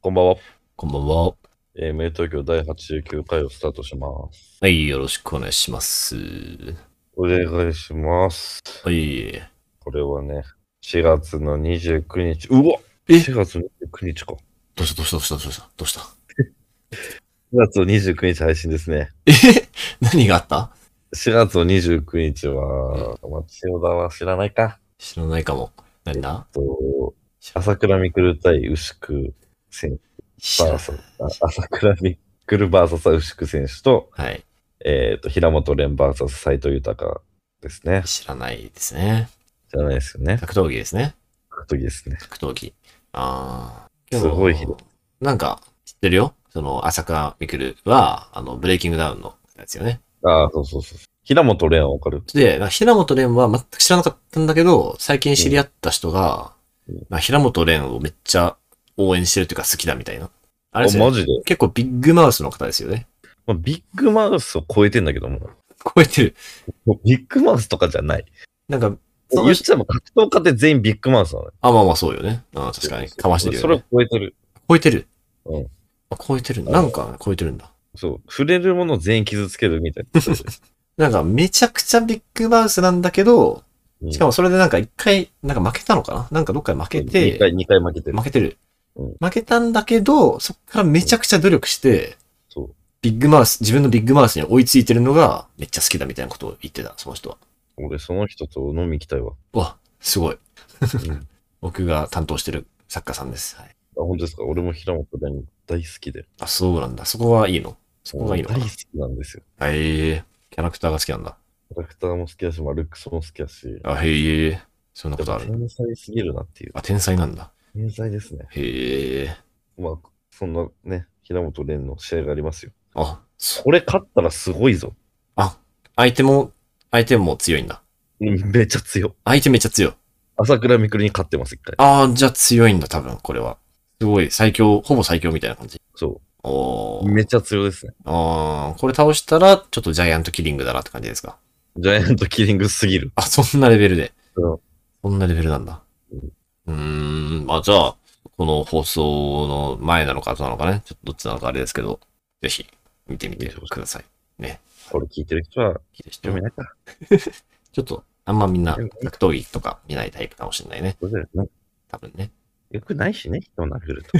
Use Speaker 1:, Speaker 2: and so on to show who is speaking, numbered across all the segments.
Speaker 1: こんばんは。
Speaker 2: こんばんは。
Speaker 1: えー、名東京第89回をスタートします。
Speaker 2: はい、よろしくお願いします。
Speaker 1: お願いします。
Speaker 2: はい。
Speaker 1: これはね、4月の29日。うわ
Speaker 2: え
Speaker 1: !4 月29日か。
Speaker 2: どうしたどうしたどうしたどうしたどうした
Speaker 1: 4月29日配信ですね。
Speaker 2: え何があった
Speaker 1: 4月29日は、まあ、千代田は知らないか。
Speaker 2: 知らないかも。何だ
Speaker 1: と朝倉未来対牛久選
Speaker 2: 知
Speaker 1: 手、
Speaker 2: ら
Speaker 1: バーサス、あ朝倉未来バーサス牛久選手と、
Speaker 2: はい。
Speaker 1: えっ、と、平本蓮バーサス斎藤豊ですね。
Speaker 2: 知らないですね。
Speaker 1: じゃないですよね。
Speaker 2: 格闘技ですね。
Speaker 1: 格闘技ですね。
Speaker 2: 格闘技。あー。
Speaker 1: すごい日だ
Speaker 2: なんか、知ってるよその、朝倉未来は、あの、ブレイキングダウンのやつよね。
Speaker 1: ああ、そうそうそう。平本蓮はわかる
Speaker 2: で、な平本蓮は全く知らなかったんだけど、最近知り合った人が、
Speaker 1: うん
Speaker 2: な平本蓮をめっちゃ応援してるというか好きだみたいな。あ
Speaker 1: あ
Speaker 2: れですよね
Speaker 1: マジで、
Speaker 2: 結構ビッグマウスの方ですよね。
Speaker 1: まあビッグマウスを超えてんだけども。
Speaker 2: 超えてる。
Speaker 1: もうビッグマウスとかじゃない。
Speaker 2: なんか、そ
Speaker 1: 言っちゃえば格闘家って全員ビッグマウスなのよ。
Speaker 2: あ、まあまあそうよね。あ確かに。かましてる
Speaker 1: そ
Speaker 2: よ、
Speaker 1: れ
Speaker 2: ね
Speaker 1: を。超えてる。
Speaker 2: 超えてる。
Speaker 1: うん
Speaker 2: あ。超えてるんだ。なんか超えてるんだ。
Speaker 1: そう。触れるものを全員傷つけるみたいな。
Speaker 2: なんかめちゃくちゃビッグマウスなんだけど、
Speaker 1: うん
Speaker 2: しかもそれでなんか一回、なんか負けたのかななんかどっかで負け
Speaker 1: 2
Speaker 2: て、
Speaker 1: 回、二回負けてる
Speaker 2: 負。けてる
Speaker 1: うん。
Speaker 2: 負けたんだけど、そっからめちゃくちゃ努力して、
Speaker 1: そう。
Speaker 2: ビッグマウス、自分のビッグマウスに追いついてるのがめっちゃ好きだみたいなことを言ってた、その人は。
Speaker 1: 俺、その人と飲み行きたいわ。
Speaker 2: うわ、すご
Speaker 1: う
Speaker 2: い。
Speaker 1: んあ
Speaker 2: 僕が担当してる作家さんです。はい。
Speaker 1: 本当ですか俺も平本蓮大好きで。
Speaker 2: あ、そうなんだ。そこはいいのそこがいいのか
Speaker 1: 大
Speaker 2: な
Speaker 1: 好きなんですよ。
Speaker 2: へえキャラクターが好きなんだ。
Speaker 1: キャラクターも好きだし、まあ、ルックスも好きだし。
Speaker 2: あ、へえ。そんな
Speaker 1: や
Speaker 2: こ
Speaker 1: っ
Speaker 2: とあ
Speaker 1: ぱ
Speaker 2: る。
Speaker 1: 天才すぎるなっていう。
Speaker 2: あ、天才なんだ。
Speaker 1: 天才ですね。
Speaker 2: へえ。
Speaker 1: まあ、そんなね、平本蓮の試合がありますよ。
Speaker 2: あ、そ
Speaker 1: これ勝ったらすごいぞ。
Speaker 2: 相手も、相手も強いんだ。
Speaker 1: うんめっちゃ強い。
Speaker 2: 相手めっちゃ強い。
Speaker 1: 朝倉未来に勝ってます、一回。
Speaker 2: ああ、じゃあ強いんだ、多分、これは。すごい、最強、ほぼ最強みたいな感じ。
Speaker 1: そ
Speaker 2: お
Speaker 1: う。
Speaker 2: ー。
Speaker 1: めっちゃ強いですね。
Speaker 2: あーこれ倒したら、ちょっとジャイアントキリングだなって感じですか。
Speaker 1: ジャイアントキリングすぎる。
Speaker 2: あ、そんなレベルで。
Speaker 1: うん
Speaker 2: そんなレベルなんだ。うーん、まあじゃあ、この放送の前なのか後なのかね、ちょっとどっちなのかあれですけど、ぜひ見てみてください。
Speaker 1: これ聞いてる人は、興味ないか。
Speaker 2: ちょっと、あんまみんな格闘技とか見ないタイプかもしれないね。
Speaker 1: そうだよね。
Speaker 2: 多分ね。
Speaker 1: よくないしね、人を殴ると。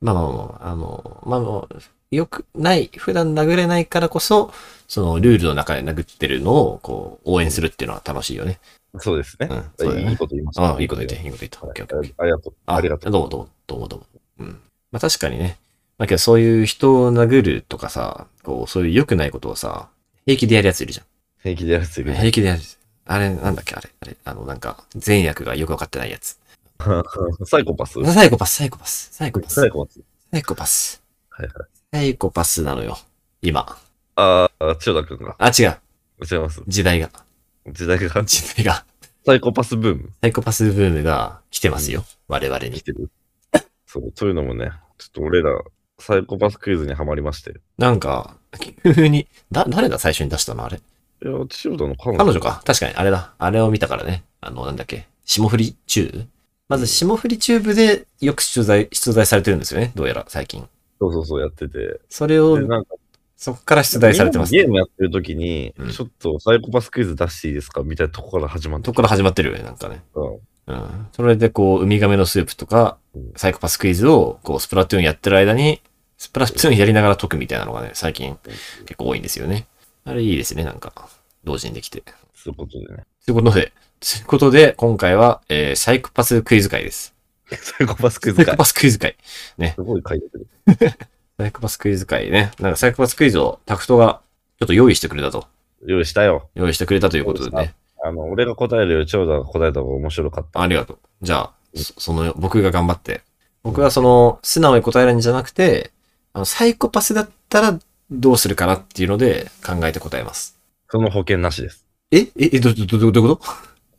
Speaker 2: まあまあまあまあ、あの、まあまあ、よくない、普段殴れないからこそ、そのルールの中で殴ってるのを、こう、応援するっていうのは楽しいよね。
Speaker 1: そうですね
Speaker 2: う。ん、そうだよ
Speaker 1: いい
Speaker 2: ね。
Speaker 1: こと言いました。
Speaker 2: ああ、いいこと言って、いいこと言った。オッケーオッケーオッ
Speaker 1: はい。ああ
Speaker 2: ケー
Speaker 1: りがとう。ありがとう。
Speaker 2: どうもどうも、どうもどうも。うん。まあ確かにね。まあけどそういう人を殴るとかさ、こう、そういう良くないことをさ、平気でやるやついるじ
Speaker 1: 平気でやらせてる
Speaker 2: ゃん。。平気でやる。あれ、なんだっけ、あれ、あれ、あの、なんか、善悪がよくわかってないやつ。
Speaker 1: サイコパス
Speaker 2: サイコパス、サイコパス、サイコパス、
Speaker 1: サイコパス。
Speaker 2: サイコパス。
Speaker 1: はいはい。
Speaker 2: サイコパスなのよ。今。
Speaker 1: ああ、千代田くんが。
Speaker 2: あ、違う。
Speaker 1: 違います。
Speaker 2: 時代が。
Speaker 1: 時代が、
Speaker 2: 時代が。
Speaker 1: サイコパスブーム
Speaker 2: サイコパスブームが来てますよ。我々
Speaker 1: 来
Speaker 2: に。
Speaker 1: てる。そう、というのもね、ちょっと俺ら、サイコパスクイズにはまりまして。
Speaker 2: なんか、急に、だ、誰だ最初に出したのあれ。
Speaker 1: いや、千代田の彼
Speaker 2: 彼女か。確かに、あれだ。あれを見たからね。あの、なんだっけ。霜降りチューブまず、霜降りチューブでよく取材、出題されてるんですよね。どうやら、最近。
Speaker 1: そうそうそうやってて。
Speaker 2: それ
Speaker 1: で
Speaker 2: を、
Speaker 1: なんか
Speaker 2: そこから出題されてます。
Speaker 1: ゲームやってる時に、
Speaker 2: うん
Speaker 1: ちょっとサイコパスクイズ出していいですかみたいなとこから始まって
Speaker 2: とこから始まってるよね、なんかね。
Speaker 1: た。うん
Speaker 2: うん。それで、こう、ウミガメのスープとか
Speaker 1: うん、
Speaker 2: サイコパスクイズを、こう、スプラトゥーンやってる間に、スプラトゥーンやりながら解くみたいなのがね、最近結構多いんですよね。あれいいですね、なんか。同時にできて。
Speaker 1: そういうことでね。
Speaker 2: ということで、ということで、今回は、えー、サイコパスクイズ会です。
Speaker 1: サイコパスクイ
Speaker 2: サ
Speaker 1: ズ
Speaker 2: イコ
Speaker 1: か。
Speaker 2: パスクイズ会。
Speaker 1: すごい書いてる。
Speaker 2: サイコパスクイズ会ね。なんかサイコパスクイズをタクトがちょっと用意してくれたと。
Speaker 1: 用意したよ。
Speaker 2: 用意してくれたということで
Speaker 1: そうで
Speaker 2: ね。
Speaker 1: あの、俺が答えるより千代田が答えた方が面白かった。
Speaker 2: ありがとう。じゃあ、そその、僕が頑張って。僕はその、素直に答えるんじゃなくて、あの、サイコパスだったらどうするかなっていうので考えて答えます。
Speaker 1: その保険なしです。
Speaker 2: ええ、え、ど、ど、ど、どどういうこと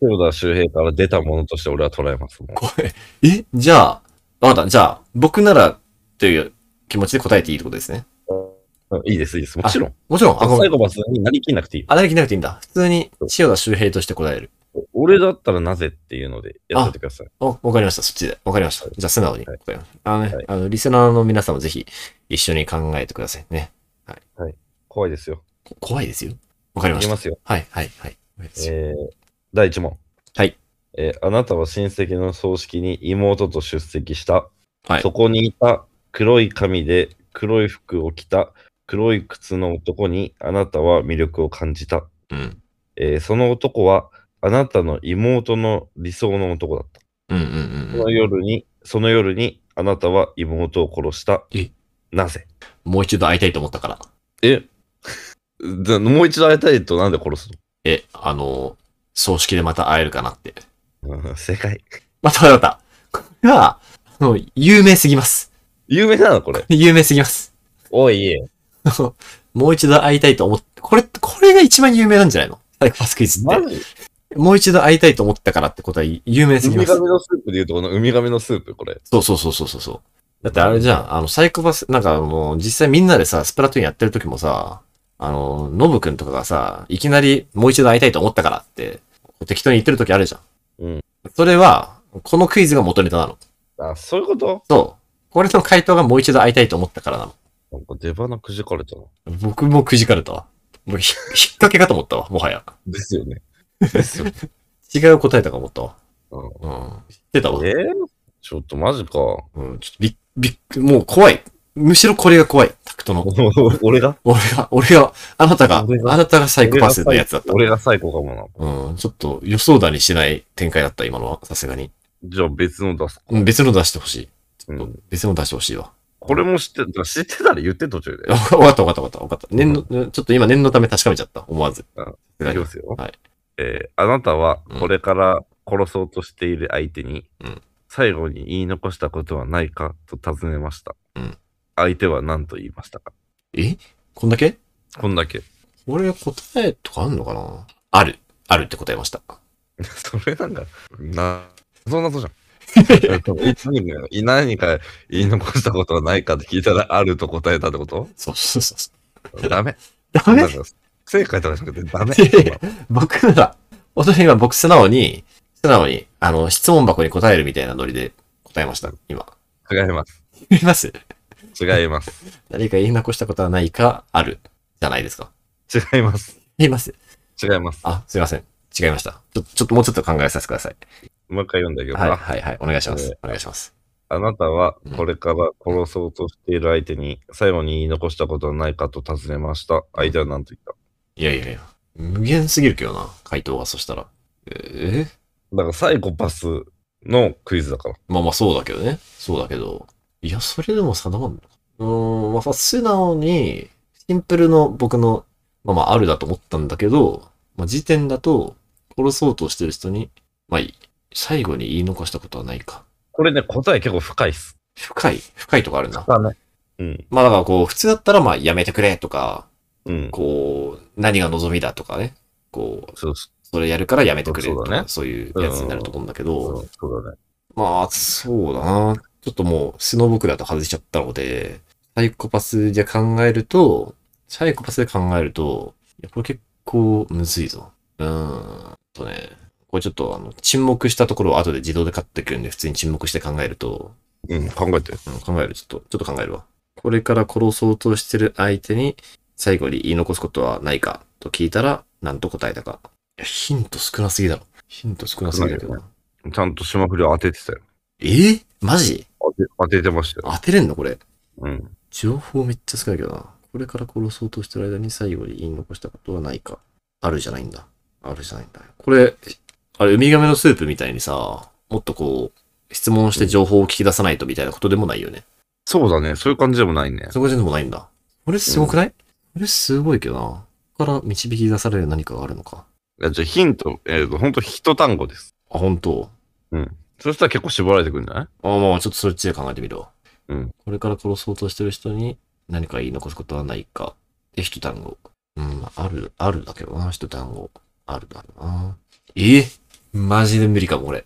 Speaker 1: 千代田周平から出たものとして俺は捉えます。もう
Speaker 2: これ、え、じゃあ、わかった。じゃあ、僕ならという気持ちで答えていいってことですね。
Speaker 1: うんいいです、いいです。もちろん。
Speaker 2: もちろん、あ、ご
Speaker 1: サ
Speaker 2: め
Speaker 1: イ
Speaker 2: ん。
Speaker 1: コパスになりきんなくていい。
Speaker 2: あ、なりきなくていいんだ。普通に、千代田周平として答える。
Speaker 1: 俺だったらなぜっていうのでやっててください。
Speaker 2: お、わかりました。そっちで。わかりました。じゃあ、素直に。
Speaker 1: はい
Speaker 2: わかりましたあのね、
Speaker 1: はい
Speaker 2: あの、リスナーの皆さんもぜひ、一緒に考えてくださいね。
Speaker 1: 怖いですよ。
Speaker 2: こ怖いですよ。わかり
Speaker 1: い
Speaker 2: ま
Speaker 1: き
Speaker 2: し
Speaker 1: ま
Speaker 2: た。
Speaker 1: すよ。
Speaker 2: はい、はい、はい。怖いですよ
Speaker 1: えー、第1問。
Speaker 2: はい。
Speaker 1: えーあなたは親戚の葬式に妹と出席した。
Speaker 2: はい
Speaker 1: そ。こにいた黒い髪で黒い服を着た黒い靴の男にあなたは魅力を感じた。
Speaker 2: うん。
Speaker 1: えーその男はあなたの妹の理想の男だった。
Speaker 2: うん、うん、
Speaker 1: そ
Speaker 2: うん。
Speaker 1: の夜に、その夜にあなたは妹を殺した
Speaker 2: え。
Speaker 1: なぜ
Speaker 2: もう一度会いたいと思ったから。
Speaker 1: え もう一度会いたいとなんで殺す
Speaker 2: え、あの、葬式でまた会えるかなって。
Speaker 1: の正解。
Speaker 2: またまた。 これは、あの、有名すぎます。
Speaker 1: 有名なのこれ。
Speaker 2: 有名すぎます。
Speaker 1: おいえ。
Speaker 2: あのもう一度会いたいと思って、これ、これが一番有名なんじゃないのサイコパスクイズって。
Speaker 1: ジ
Speaker 2: もう一度会いたいと思ったからってことは有名す
Speaker 1: ウ
Speaker 2: ぎま
Speaker 1: ミガ。
Speaker 2: す
Speaker 1: メのスープで言うとこのウミガメのスープ、これ。
Speaker 2: そうそうそうそうそうそう。だってあれじゃん、あの、サイコパス、なんかもう、実際みんなでさ、スプラトゥーンやってる時もさ、あの、ノブくんとかがさ、いきなりもう一度会いたいと思ったからって、適当に言ってる時あるじゃん。
Speaker 1: うん。
Speaker 2: それは、このクイズが元ネタなの。
Speaker 1: あ、そういうこと
Speaker 2: そう。これの回答がもう一度会いたいと思ったからなの。
Speaker 1: なんか出花くじかれたな。
Speaker 2: 僕もくじかれたわ。もうひ 引っ掛けかと思ったわ、もはや。
Speaker 1: ですよね。です よね。
Speaker 2: 違う答えたか思ったわ。
Speaker 1: うん
Speaker 2: うん。知ってたわ。
Speaker 1: えーちょっとマジか。
Speaker 2: うん、ちょっとびっ、びっく、もう怖い。むしろこれが怖い。タクトの。
Speaker 1: 俺が
Speaker 2: 俺が、俺が、あなたが、
Speaker 1: 俺が
Speaker 2: あなたがサイコパスのやつだった。
Speaker 1: 俺が最高かもな。
Speaker 2: うん、ちょっと予想だにしない展開だった、今のは、さすがに。
Speaker 1: じゃあ別の出すか。
Speaker 2: うん、別の出してほしい。
Speaker 1: うん
Speaker 2: 別の出してほしいわ。
Speaker 1: これも知って、知ってたら言って途中で。
Speaker 2: わかったわかったわかったわかった。念の、ちょっと今念のため確かめちゃった。思わず。
Speaker 1: うん
Speaker 2: さ
Speaker 1: い
Speaker 2: すが
Speaker 1: き
Speaker 2: に
Speaker 1: ますよ。
Speaker 2: はい
Speaker 1: えーあなたはこれから殺そうとしている相手に、
Speaker 2: うん
Speaker 1: 最後に言い残したことはないかと尋ねました。
Speaker 2: うん
Speaker 1: 相手は何と言いましたか
Speaker 2: えこんだけ
Speaker 1: こんだけ。
Speaker 2: 俺答えとかあんのかなある。あるって答えました。
Speaker 1: それなんか、な、そんなそうじゃん。 何か何か言い残したことはないかって聞いたらあると答えたってこと
Speaker 2: そうそうそうそう。
Speaker 1: ダメ。
Speaker 2: ダメ
Speaker 1: なんか正解とかじゃなくてダメ。
Speaker 2: いやいや僕なら、本当に今僕素直に、素直に、あの、質問箱に答えるみたいなノリで答えました。今。
Speaker 1: 違います。
Speaker 2: 言います
Speaker 1: 違います。
Speaker 2: 誰か言い残したことはないか、ある。じゃないですか。
Speaker 1: 違います。
Speaker 2: 言います。
Speaker 1: 違います。
Speaker 2: あ、すいません。違いました。ちょ、ちょっともうちょっと考えさせてください。
Speaker 1: もう一回読んであげようか
Speaker 2: はい、
Speaker 1: な。
Speaker 2: はい、はい。お願いしま
Speaker 1: えー
Speaker 2: す。お願いします。
Speaker 1: あなたはこれから殺そうとしている相手に最後に言い残したことはないかと尋ねました。相手は何と言った
Speaker 2: いやいやいや。無限すぎるけどな、回答が、そしたら。えー、
Speaker 1: だからサイコパスのクイズだから。
Speaker 2: まあまあそうだけどね。そうだけど。いや、それでも定まんのかうーん、まあさ、素直に、シンプルの僕の、まあまああるだと思ったんだけど、まあ時点だと、殺そうとしてる人に、まあい最後に言い残したことはないか。
Speaker 1: これね、答え結構深いっす。
Speaker 2: 深い、深いとかあるな。
Speaker 1: だね。うん。
Speaker 2: まあだからこう、普通だったらまあやめてくれとか、
Speaker 1: うん。
Speaker 2: こう、何が望みだとかね。こう、
Speaker 1: そうそ
Speaker 2: それやるからやめてくれと
Speaker 1: そうだ
Speaker 2: か
Speaker 1: ね、
Speaker 2: そういうやつになると思うんだけど、
Speaker 1: うそうだね。
Speaker 2: まあ、そうだな。ちょっともう、素の僕だと外しちゃったので、サイコパスで考えると、サイコパスで考えると、いや、これ結構むずいぞ。うーんとね、これちょっとあの、沈黙したところを後で自動でカットいくんで、普通に沈黙して考えると、
Speaker 1: うん、考えて。
Speaker 2: うん、考える、ちょっと、ちょっと考えるわ。これから殺そうとしてる相手に、最後に言い残すことはないかと聞いたら、なんと答えたか。いや、ヒント少なすぎだろ。ヒント少なすぎだけどな。
Speaker 1: ちゃんと島振りを当ててたよ。
Speaker 2: えー、マジ
Speaker 1: 当て当ててましたよ。
Speaker 2: 当てれんのこれ。
Speaker 1: うん。
Speaker 2: 情報めっちゃ少ないけどな。これから殺そうとしてる間に最後に言い残したことはないか。あるじゃないんだ。あるじゃないんだ。これ、あれ、ウミガメのスープみたいにさ、もっとこう、質問して情報を聞き出さないとみたいなことでもないよね。
Speaker 1: そうだね。そういう感じでもないね。
Speaker 2: そこじゃでもないんだ。これすごくない、これすごいけどな。ここから導き出される何かがあるのか。
Speaker 1: いやじゃあヒント、えっ、と、ほんと一単語です。
Speaker 2: あ、本当
Speaker 1: そしたら結構絞られてくるんじゃない
Speaker 2: あ、まあ、ちょっとそっちで考えてみるわ。
Speaker 1: うん。
Speaker 2: これから殺そうとしてる人に何か言い残すことはないか。で、一単語。うん、ある、あるだけどな、一単語。あるだろうな。えマジで無理かも、俺。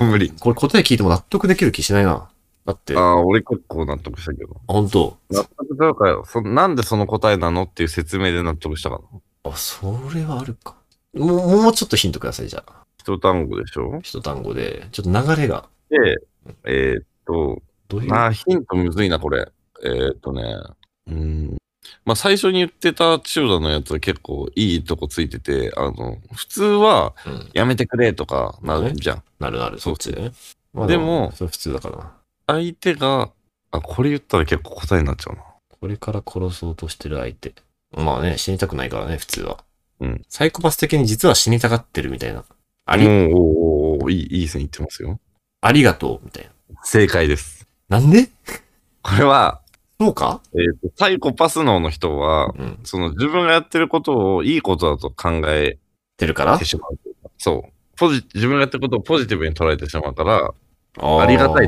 Speaker 1: 無理。
Speaker 2: これ答え聞いても納得できる気しないな。だって、
Speaker 1: あ
Speaker 2: あ
Speaker 1: あ、俺結構納得したけど。
Speaker 2: 本当
Speaker 1: 納得というか、そなんでその答えなのっていう説明で納得したかな。
Speaker 2: あ、それはあるか。もう、もうちょっとヒントください、じゃあ。
Speaker 1: 一単語でしょ
Speaker 2: 一単語で、ちょっと流れが、
Speaker 1: で、えーっと、
Speaker 2: どういう、
Speaker 1: まあ、ヒントむずいな、これ。えーっとね、うん。まあ、最初に言ってた千代田のやつは結構いいとこついてて、あの、普通は
Speaker 2: うん、
Speaker 1: やめてくれとかなるじゃん。
Speaker 2: なるなる、そっちでね。まあ、
Speaker 1: で
Speaker 2: で
Speaker 1: も
Speaker 2: も、それ普通だからな。
Speaker 1: 相手が、あ、これ言ったら結構答えになっちゃうな。
Speaker 2: これから殺そうとしてる相手。まあね、死にたくないからね、普通は。
Speaker 1: うん。
Speaker 2: サイコパス的に実は死にたがってるみたいな。あり、
Speaker 1: うんおーおーおーいい、いい線いってますよ。
Speaker 2: ありがとう、みたい
Speaker 1: 正解です。
Speaker 2: な。なんで
Speaker 1: これは、
Speaker 2: そうか
Speaker 1: えーっと、サイコパス脳の人は、
Speaker 2: うん。
Speaker 1: その自分がやってることをいいことだと考え
Speaker 2: てるから
Speaker 1: てしまうというかそう。ポジ自分がやってることをポジティブに捉えてしまうから、
Speaker 2: あー
Speaker 1: ありがたい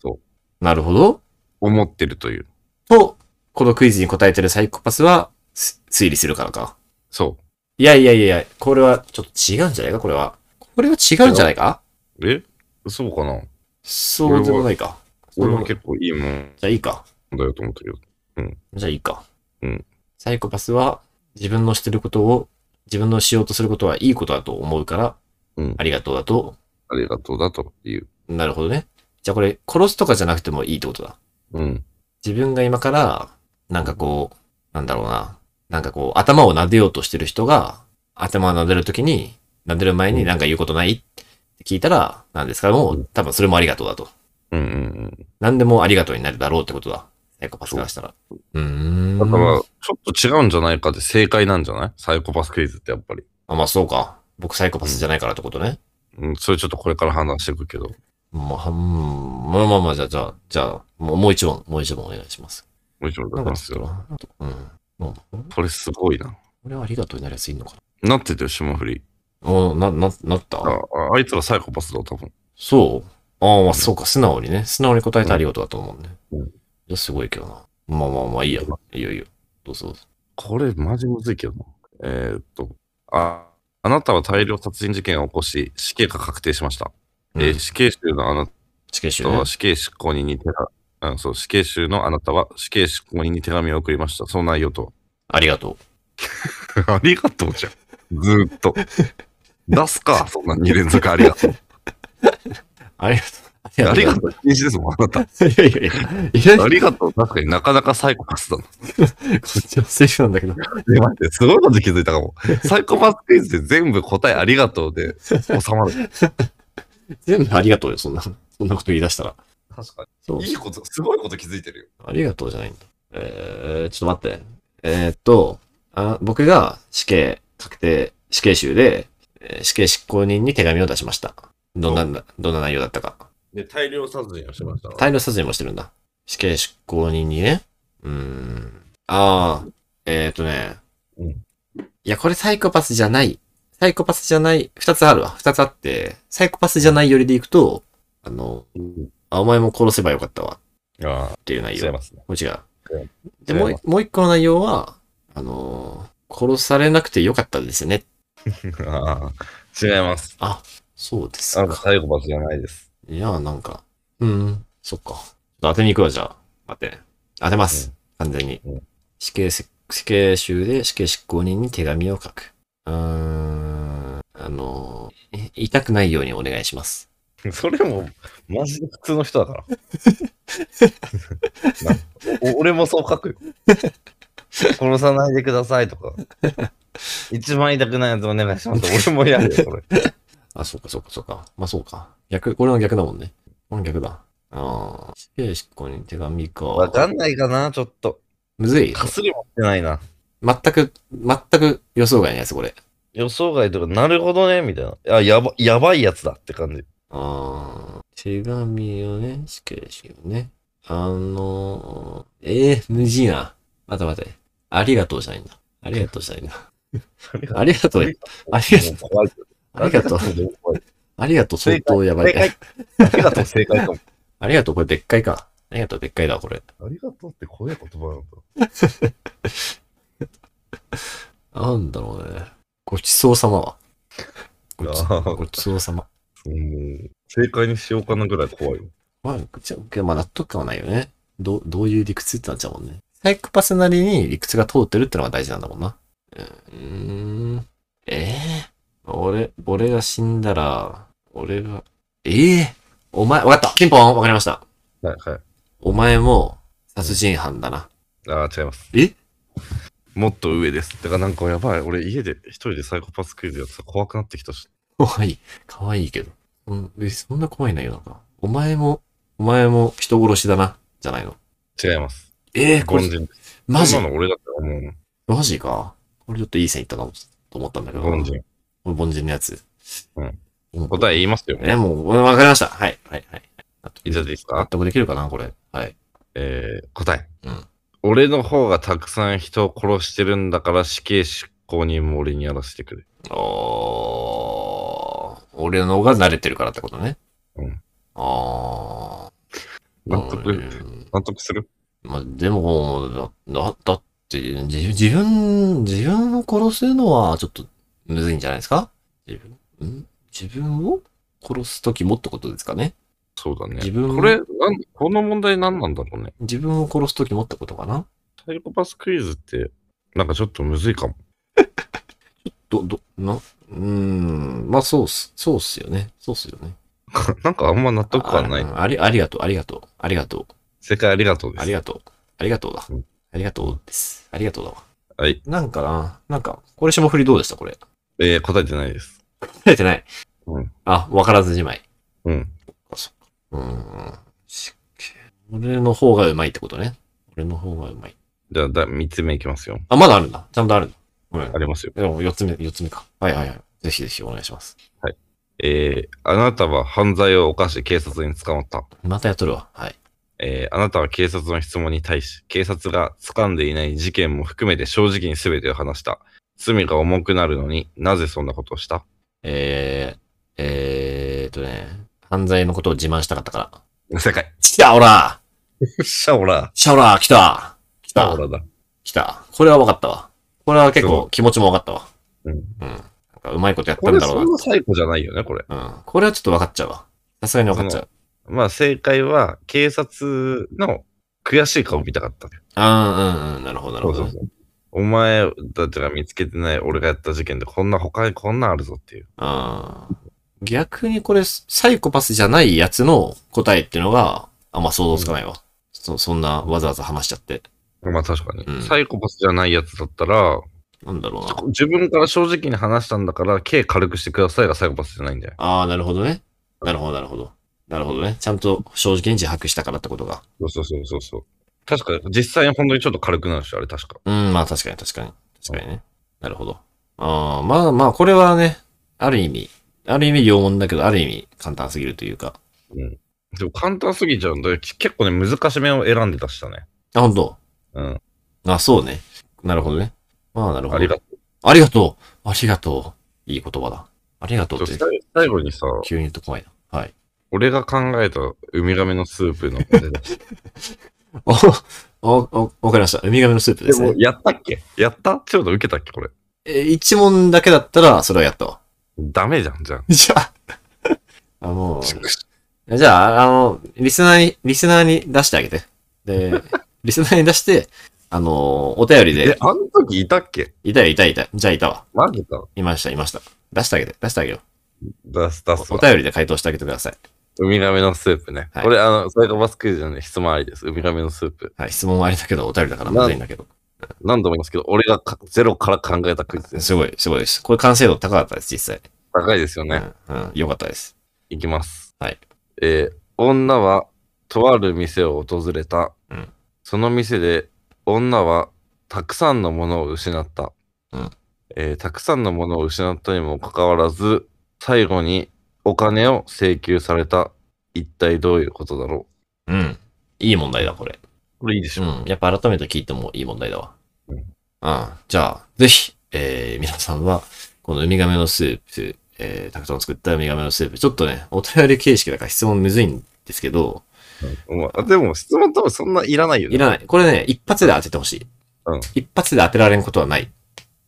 Speaker 1: そ
Speaker 2: なるほど。
Speaker 1: 思ってるという。
Speaker 2: と、このクイズに答えてるサイコパスは、す推理するからか。
Speaker 1: そ
Speaker 2: いやいやいやいや、これはちょっと違うんじゃないかこれは。これは違うんじゃないか
Speaker 1: う。えそうかな
Speaker 2: そうでもないか。
Speaker 1: 俺も
Speaker 2: そうでも
Speaker 1: 結構いいもん
Speaker 2: じゃあいいか。
Speaker 1: だよと思ってる
Speaker 2: じゃあいいか。
Speaker 1: うん。
Speaker 2: サイコパスは、自分のしてることを、自分のしようとすることはいいことだと思うから、
Speaker 1: うん
Speaker 2: ありがとうだと。
Speaker 1: ありがとうだという。
Speaker 2: なるほどね。じゃあこれ、殺すとかじゃなくてもいいってことだ。
Speaker 1: うん。
Speaker 2: 自分が今から、なんかこう、なんだろうな、なんかこう、頭を撫でようとしてる人が、頭を撫でるときに、撫でる前になんか言うことないって聞いたら、なんですかもう、多分それもありがとうだと。
Speaker 1: うんうん
Speaker 2: 何でもありがとうになるだろうってことだ。サイコパスからしたら。うーん。
Speaker 1: うん。だから、ちょっと違うんじゃないかで正解なんじゃないサイコパスクイズってやっぱり。
Speaker 2: あ、まあそうか。僕サイコパスじゃないからってことね。
Speaker 1: うん、それちょっとこれから話していくけど。
Speaker 2: まあ、うん、まあまあまあ、じゃあ、じゃあ、じゃあ、もうもう一問、もう一問お願いします。
Speaker 1: もう一度出
Speaker 2: なん
Speaker 1: ま
Speaker 2: か
Speaker 1: す
Speaker 2: ちょっ
Speaker 1: よ。
Speaker 2: と、うん。もう
Speaker 1: これすごいな。
Speaker 2: これはありがとうになりやすいのか
Speaker 1: なっててよ、霜降り。
Speaker 2: な。おな、な、なった
Speaker 1: あああいつらサイコパスだよ、多分。
Speaker 2: そうああ、ま
Speaker 1: ん
Speaker 2: あそうか、素直にね。素直に答えてありがとうだと思うね。
Speaker 1: うん
Speaker 2: いや、すごいけどな。まあまあまあ、いいや。いいよいいよ。どうぞどうぞ。
Speaker 1: これマジむずいけどな。えーっと、あ、あなたは大量殺人事件を起こし、死刑が確定しました。えー
Speaker 2: うん
Speaker 1: 死刑囚のあな
Speaker 2: 死刑囚
Speaker 1: た
Speaker 2: ね
Speaker 1: は。死刑執行人に手が、うん、そう、死刑囚のあなたは死刑執行人に手紙を送りました。その内容と
Speaker 2: ありがと
Speaker 1: は。ありがとうじゃん。ずーっと。出す か、そんな2連続ありがとう。
Speaker 2: う。ありがとう。
Speaker 1: ありがとう、禁止ですもん、あな た。
Speaker 2: とう。いやいやいや。いや、
Speaker 1: ありがとう、確かになかなかサイコパスだな。
Speaker 2: こっちはセーフなんだけど。
Speaker 1: え待って、すごいこと気づいたかも。サイコパスクイズで全部答えありがとうで収まる。
Speaker 2: 全部ありがとうよ、そんな。そんなこと言い出したら。
Speaker 1: 確か
Speaker 2: そう。
Speaker 1: いいこと、すごいこと気づいてるよ。
Speaker 2: ありがとうじゃないんだ。えー、ちょっと待って。えーっとあ、僕が死刑確定、死刑囚で、えー死刑執行人に手紙を出しました。どんな、どんな内容だったか。
Speaker 1: で、大量殺人をしました。
Speaker 2: 大量殺人もしてるんだ。死刑執行人にね。うーん。ああ、えっ、ー、とね。
Speaker 1: うん
Speaker 2: いや、これサイコパスじゃない。サイコパスじゃない。二つあるわ。二つあって、サイコパスじゃないよりでいくと、あの、
Speaker 1: うん、
Speaker 2: あ、お前も殺せばよかったわ
Speaker 1: ああ、
Speaker 2: っていう内
Speaker 1: 違い
Speaker 2: 容。も
Speaker 1: ますね。
Speaker 2: う違う
Speaker 1: うん。
Speaker 2: で、もう
Speaker 1: 違いま
Speaker 2: もう一個の内容は、あのー殺されなくてよかったですね。
Speaker 1: ああ、違います。
Speaker 2: そうです
Speaker 1: あなた
Speaker 2: か。
Speaker 1: サイコパスじゃないです。
Speaker 2: いや、なんか、うん、そっか。当てに行くわ、じゃあ。待って。当てます。完全に。
Speaker 1: うん
Speaker 2: 死刑せ、死刑囚で死刑執行人に手紙を書く。うーん、あのー、え痛くないようにお願いします。
Speaker 1: それも、マジで普通の人だ から。なお俺もそう書くよ。殺さないでくださいとか。一番痛くないやつお願いしますと。俺もやるよ、 これ。
Speaker 2: あ、そうか、そうか、そうか。まあ、そうか。逆、これの逆だもんね。これの逆だ。ああ、死刑執行人に手紙か。
Speaker 1: わかんないかな、ちょっと。
Speaker 2: むずい。
Speaker 1: かすりもしてないな。
Speaker 2: 全く、全く予想外のやつ、これ。
Speaker 1: 予想外とか、なるほどね、みたいな。あ、やば、やばいやつだって感じ。
Speaker 2: ああ、手紙をね、死刑囚ね。あのー、ええ無事な。待って待って。ありがとうじゃないんだ。ありがとうじゃないんだ。ありがとう。ありがとう
Speaker 1: も怖い
Speaker 2: ありがとう。ありがとう、相当やばい。
Speaker 1: ありがとう、正解かも。
Speaker 2: ありがとう、これでっかいか。ありがとう、でっかいだ、これ。
Speaker 1: ありがとうって怖い言葉なんだ。
Speaker 2: なんだろうね。ごちそうさまは。ごち
Speaker 1: あー
Speaker 2: ごちそうさま。
Speaker 1: うん正解にしようかなぐらい怖いよ。
Speaker 2: まあ、じゃあまあ、納得感はないよね。どう、どういう理屈ってなっちゃうもんね。サイコパスなりに理屈が通ってるってのが大事なんだもんな。うーん。ええ俺、俺が死んだら、俺が、ええお前、わかったピンポンわかりました。
Speaker 1: はいはい。
Speaker 2: お前も殺人犯だな。
Speaker 1: あー違います。
Speaker 2: え
Speaker 1: もっと上です。だからなんかやばい。俺家で一人でサイコパスクイズやってたら怖くなってきたし。
Speaker 2: 怖い。可愛いけど。うん、えそんな怖い内容なのか。お前も、お前も人殺しだな。じゃないの。
Speaker 1: 違います。
Speaker 2: ええこ
Speaker 1: 凡
Speaker 2: れ、
Speaker 1: 人。
Speaker 2: マジ
Speaker 1: そんなの俺だって思うの。
Speaker 2: マジか。これちょっといい線いったなと思ったんだけど。
Speaker 1: 凡人。
Speaker 2: これ凡人のやつ。
Speaker 1: うん
Speaker 2: うん。
Speaker 1: 答え言いますよ。
Speaker 2: え、もう、わわかりました。はい、はい、はい。納得
Speaker 1: いいです
Speaker 2: 納
Speaker 1: か
Speaker 2: 得できるかな、これ。はい。
Speaker 1: えー、答え。
Speaker 2: うん
Speaker 1: 俺の方がたくさん人を殺してるんだから死刑執行人も俺にやらせてくれ。
Speaker 2: おー、俺のが慣れてるからってことね。
Speaker 1: うん。
Speaker 2: あー。
Speaker 1: 納得
Speaker 2: うん
Speaker 1: 納得する
Speaker 2: まあ、でも、だ、だだって、自自分、自分を殺すのはちょっとむずいんじゃないですか自分、ん自分を殺すときもってことですかね
Speaker 1: そうだね。
Speaker 2: 自分
Speaker 1: これなん、この問題何なんだろうね。
Speaker 2: 自分を殺すときもってことかな
Speaker 1: サイコパスクイズって、なんかちょっとむずいかも。
Speaker 2: ど、ど、な、うーん、まあそうっす、そうっすよね。そうっすよね。
Speaker 1: なんかあんま納得はな
Speaker 2: あ
Speaker 1: い。
Speaker 2: ああり、ありがとう、ありがとう、ありがとう、
Speaker 1: 正解ありがとうで
Speaker 2: あ
Speaker 1: す。
Speaker 2: りがとう、ありがとうだ
Speaker 1: うん。
Speaker 2: ありがとうです。ありがとうだわ。
Speaker 1: はい。
Speaker 2: なんかな、なんか、これ霜降りどうでしたこれ。
Speaker 1: えー、答えてないです。
Speaker 2: 書いてない。
Speaker 1: うん
Speaker 2: あ、わからずじまい。
Speaker 1: うん。
Speaker 2: うーん。し俺の方がうまいってことね。俺の方がうまい。
Speaker 1: じゃあ、だ3つ目いきますよ。
Speaker 2: あ、まだあるんだ。ちゃんとあるんだ。ごめん
Speaker 1: あ。りますよ。
Speaker 2: でも4つ目、四つ目か。はいはいはい。ぜひぜひお願いします。
Speaker 1: えー、あなたは犯罪を犯し警察に捕まった。
Speaker 2: またやっとるわ。はい。
Speaker 1: えーあなたは警察の質問に対し、警察が掴んでいない事件も含めて正直に全てを話した。罪が重くなるのになぜそんなことをした
Speaker 2: えー、えーっとね、犯罪のことを自慢したかったから。
Speaker 1: 世界。
Speaker 2: 来たおら
Speaker 1: シャオラ。
Speaker 2: シャオラ来た来
Speaker 1: シャオ
Speaker 2: た
Speaker 1: ラだ。
Speaker 2: 来たこれは分かったわ。これは結構気持ちも分かったわ。
Speaker 1: うん。
Speaker 2: うん。なんかうまいことやった
Speaker 1: こ
Speaker 2: ん
Speaker 1: れ
Speaker 2: だろ
Speaker 1: そんな最高じゃないよね、これ。
Speaker 2: うな。うん。これはちょっと分かっちゃうわ。さすがに分かっちゃう。
Speaker 1: まあ正解は、警察の悔しい顔見たかった。
Speaker 2: うんうんうん。なるほどなるほど。
Speaker 1: そう。お前たちが見つけてない俺がやった事件でこんな他にこんなんあるぞっていう。
Speaker 2: あー逆にこれ、サイコパスじゃないやつの答えっていうのが、あんま想像つかないわ。そそんなわざわざ話しちゃって。
Speaker 1: まあ確かに。
Speaker 2: うん
Speaker 1: サイコパスじゃないやつだったら、
Speaker 2: なんだろうな。
Speaker 1: 自分から正直に話したんだから、刑軽くしてくださいがサイコパスじゃないんだよ。
Speaker 2: ああ、なるほどね。なるほど、なるほど。なるほどね。ちゃんと正直に自白したからってことが。
Speaker 1: そうそうそうそうそう。確か、実際に本当にちょっと軽くなるでしょ、あれ確か。
Speaker 2: うん、まあ確かに確かに。確かにね。なるほど。ああ、まあまあ、これはね、ある意味、ある意味両問だけど、ある意味簡単すぎるというか。
Speaker 1: うん。でも簡単すぎちゃうんだよ。き結構ね、難しめを選んで出したね。
Speaker 2: あ、本当
Speaker 1: うん。
Speaker 2: あ、そうね。なるほどね。まあ、なるほど。
Speaker 1: ありがと
Speaker 2: ありがとう。ありがとう。いい言葉だ。ありがとう
Speaker 1: う。
Speaker 2: っ
Speaker 1: ち
Speaker 2: て
Speaker 1: ょ最最後にさ、
Speaker 2: 急に言うと怖いな。はい。
Speaker 1: 俺が考えたウミガメのスープのお出だし。
Speaker 2: お、お、お、わかりました。ウミガメのスープで
Speaker 1: ですも
Speaker 2: ね、。
Speaker 1: やったっけやったちょうど受けたっけこれ。
Speaker 2: え、一問だけだったら、それはやったわ。
Speaker 1: ダメじゃん、じゃん。
Speaker 2: じゃあ。 あ、もう。じゃあ、あの、リスナーに、リスナーに出してあげて。 で、リスナーに出して、あの、お便り
Speaker 1: え
Speaker 2: で、、
Speaker 1: あの時いたっけ
Speaker 2: いたよ、いたいた。じゃあ、いたわ。
Speaker 1: マジか。
Speaker 2: いました、いました。出してあげて、出してあげよ
Speaker 1: 出す、出
Speaker 2: う
Speaker 1: す。
Speaker 2: お
Speaker 1: わ。
Speaker 2: 便りで回答してあげてください。
Speaker 1: ウミガメのスープね。
Speaker 2: はい
Speaker 1: これ、あの、サイコパスクイズじゃない、質問ありです。ウミガメのスープ。
Speaker 2: はい、質問はあれだけど、お便りだからまずいんだけど。
Speaker 1: 何度も言いますけど、俺がかゼロから考えたクイズです。
Speaker 2: すごい、すごいです。これ完成度高かったです、実際。
Speaker 1: 高いですよね。
Speaker 2: うん。うん、よかったです。
Speaker 1: いきます。
Speaker 2: はい。
Speaker 1: えー女はとある店を訪れた。
Speaker 2: うん
Speaker 1: その店で女はたくさんのものを失った。
Speaker 2: うん
Speaker 1: えーたくさんのものを失ったにもかかわらず、最後にお金を請求された。一体どういうことだろ
Speaker 2: うん。いい問題だ、これ。
Speaker 1: うこれいいでし
Speaker 2: う
Speaker 1: ょ、
Speaker 2: ん。やっぱ改めて聞いてもいい問題だわ。
Speaker 1: うん
Speaker 2: ああじゃあ、ぜひ、えー、皆さんは、このウミガメのスープ、えー、たくさん作ったウミガメのスープ、ちょっとね、お便り形式だから質問むずいんですけど、
Speaker 1: うんまあでも質問多分そんないらないよね。
Speaker 2: いらない。これね、一発で当ててほしい。
Speaker 1: うん
Speaker 2: 一発で当てられんことはない。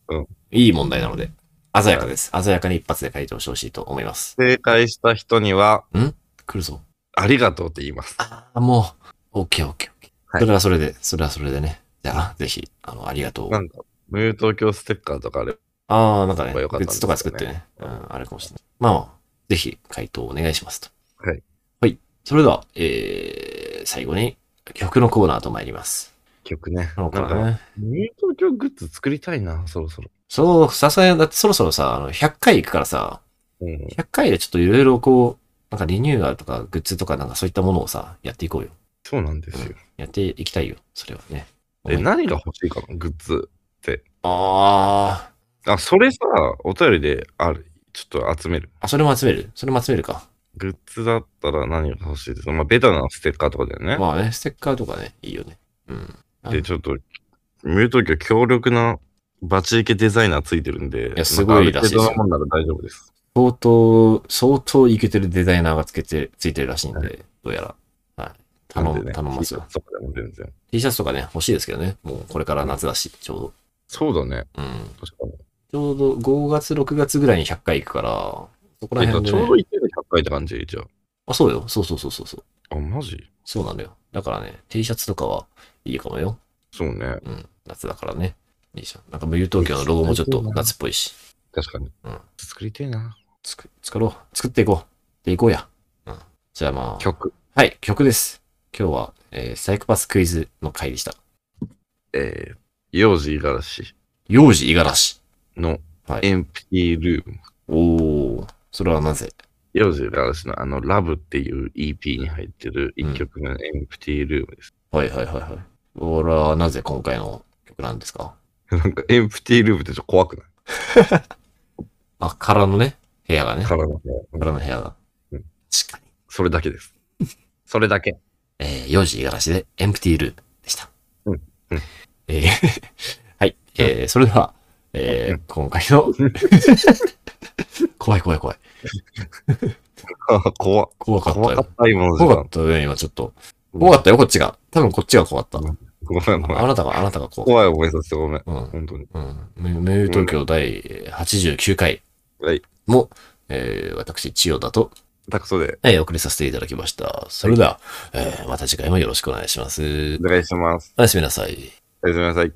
Speaker 1: うん。
Speaker 2: いい問題なので、鮮やかです。鮮やかに一発で回答してほしいと思います。
Speaker 1: 正解した人には、
Speaker 2: 来るぞ。
Speaker 1: ありがとうって言います。
Speaker 2: ああ、もう、オッケーオッケーオッケー。
Speaker 1: はい
Speaker 2: それはそれで、それはそれでね。じゃあ、ぜひ、あの、ありがとう。
Speaker 1: なんか、無友東京ステッカーとかあれ
Speaker 2: ああ、なんかね、
Speaker 1: 方が良か
Speaker 2: グ
Speaker 1: ったん
Speaker 2: ッ
Speaker 1: です
Speaker 2: ズ
Speaker 1: よね
Speaker 2: とか作ってね、うん、あれかもしれない。まあまあ、ぜひ回答お願いしますと。
Speaker 1: はい。
Speaker 2: はい。それでは、えー、最後に曲のコーナーと参ります。
Speaker 1: 曲ね。
Speaker 2: こ
Speaker 1: な
Speaker 2: の
Speaker 1: ん
Speaker 2: コーナ
Speaker 1: か、
Speaker 2: ーね。
Speaker 1: 入東京グッズ作りたいな、そろそろ。
Speaker 2: そう、さすがに、だってそろそろさ、あの、100回行くからさ、
Speaker 1: うん。
Speaker 2: 100回でちょっといろいろこう、なんかリニューアルとかグッズとかなんかそういったものをさ、やっていこうよ。
Speaker 1: そうなんですよ。
Speaker 2: やっていきたいよ、それはね。
Speaker 1: え、何が欲しいかな、グッズ。
Speaker 2: あ
Speaker 1: あ、それさ、お便りである。ちょっと集める。
Speaker 2: ーあ、それも集めるそれも集めるか。
Speaker 1: グッズだったら何が欲しいですかまあ、ベタなステッカーとかだよね。
Speaker 2: まあね、ステッカーとかね、いいよね。うん。あ
Speaker 1: で、ちょっと、ミュート業強力なバチイケデザイナーついてるんで、
Speaker 2: やすごいらしいですよ
Speaker 1: なんかある程度のもんなら大丈夫です。
Speaker 2: 相当、相当イケてるデザイナーがつけて、ついてるらしいんで、
Speaker 1: は
Speaker 2: どうやら。はい。頼
Speaker 1: なん
Speaker 2: む、
Speaker 1: でね
Speaker 2: 頼ますよ。
Speaker 1: そうかでも全然。
Speaker 2: T シャツとかね、欲しいですけどね。もうこれから夏だし、ちょ
Speaker 1: そうだね。
Speaker 2: うど。うん。
Speaker 1: 確かに。
Speaker 2: ちょうど5月、6月ぐらいに100回行くから、そこら
Speaker 1: えっと
Speaker 2: 辺
Speaker 1: ち
Speaker 2: で、
Speaker 1: ょ
Speaker 2: ね
Speaker 1: うど1点で100回って感じじゃ
Speaker 2: あ、そうよ。そうそうそうそうそう。
Speaker 1: あ。あ、マジ
Speaker 2: そうなのよ。だからね、T シャツとかはいいかもよ。
Speaker 1: そうね。
Speaker 2: うん。夏だからね。いいじゃん。なんか無友東京のロゴもちょっと夏っぽいし。
Speaker 1: 確かに。
Speaker 2: うん
Speaker 1: 作りてえな。
Speaker 2: 作、作ろう。作っていこう。で、いこうや。うん。じゃあまあ。
Speaker 1: 曲。
Speaker 2: はい、曲です。今日は、えーサイコパスクイズの回でした。
Speaker 1: えー、幼児五十嵐
Speaker 2: 幼児五十嵐。
Speaker 1: の
Speaker 2: はい
Speaker 1: エンプティールーム。
Speaker 2: おー、それはなぜ
Speaker 1: 幼児五十嵐のあの、ラブっていう EP に入ってる1曲目のエンプティールームです。
Speaker 2: はいはいはいはい。これはなぜ今回の曲なんですか
Speaker 1: なんか、エンプティールームってちょっと怖く ない
Speaker 2: あ、空のね、部屋がね。
Speaker 1: 体のねうん
Speaker 2: 空の部屋が。
Speaker 1: うん
Speaker 2: 確かに。
Speaker 1: それだけです。それだけ。
Speaker 2: えー、幼児五十嵐でエンプティールームでした。
Speaker 1: うんうん
Speaker 2: えー はい、えー、それでは、えー
Speaker 1: うん
Speaker 2: 今回 の、 怖い怖い怖い。
Speaker 1: 怖っ
Speaker 2: 怖かった
Speaker 1: 怖か
Speaker 2: よ
Speaker 1: っ。た、今の時間
Speaker 2: 怖かったね、今ちょっと。怖かったよ、こっちが。多分こっちが怖かった。
Speaker 1: ごめんごめ
Speaker 2: あ
Speaker 1: ん。
Speaker 2: なたが、あなたがこう。
Speaker 1: 怖い思いさせてごめん。
Speaker 2: うん。
Speaker 1: 本当に。
Speaker 2: うん。メメール東京第89回
Speaker 1: はい。
Speaker 2: も、えー、私、千代田と、
Speaker 1: たくそで、
Speaker 2: えー、お送りさせていただきました。それでは、えー、また次回もよろしくお願いします。
Speaker 1: お願いします。
Speaker 2: おやすみなさい。
Speaker 1: おやすみなさい。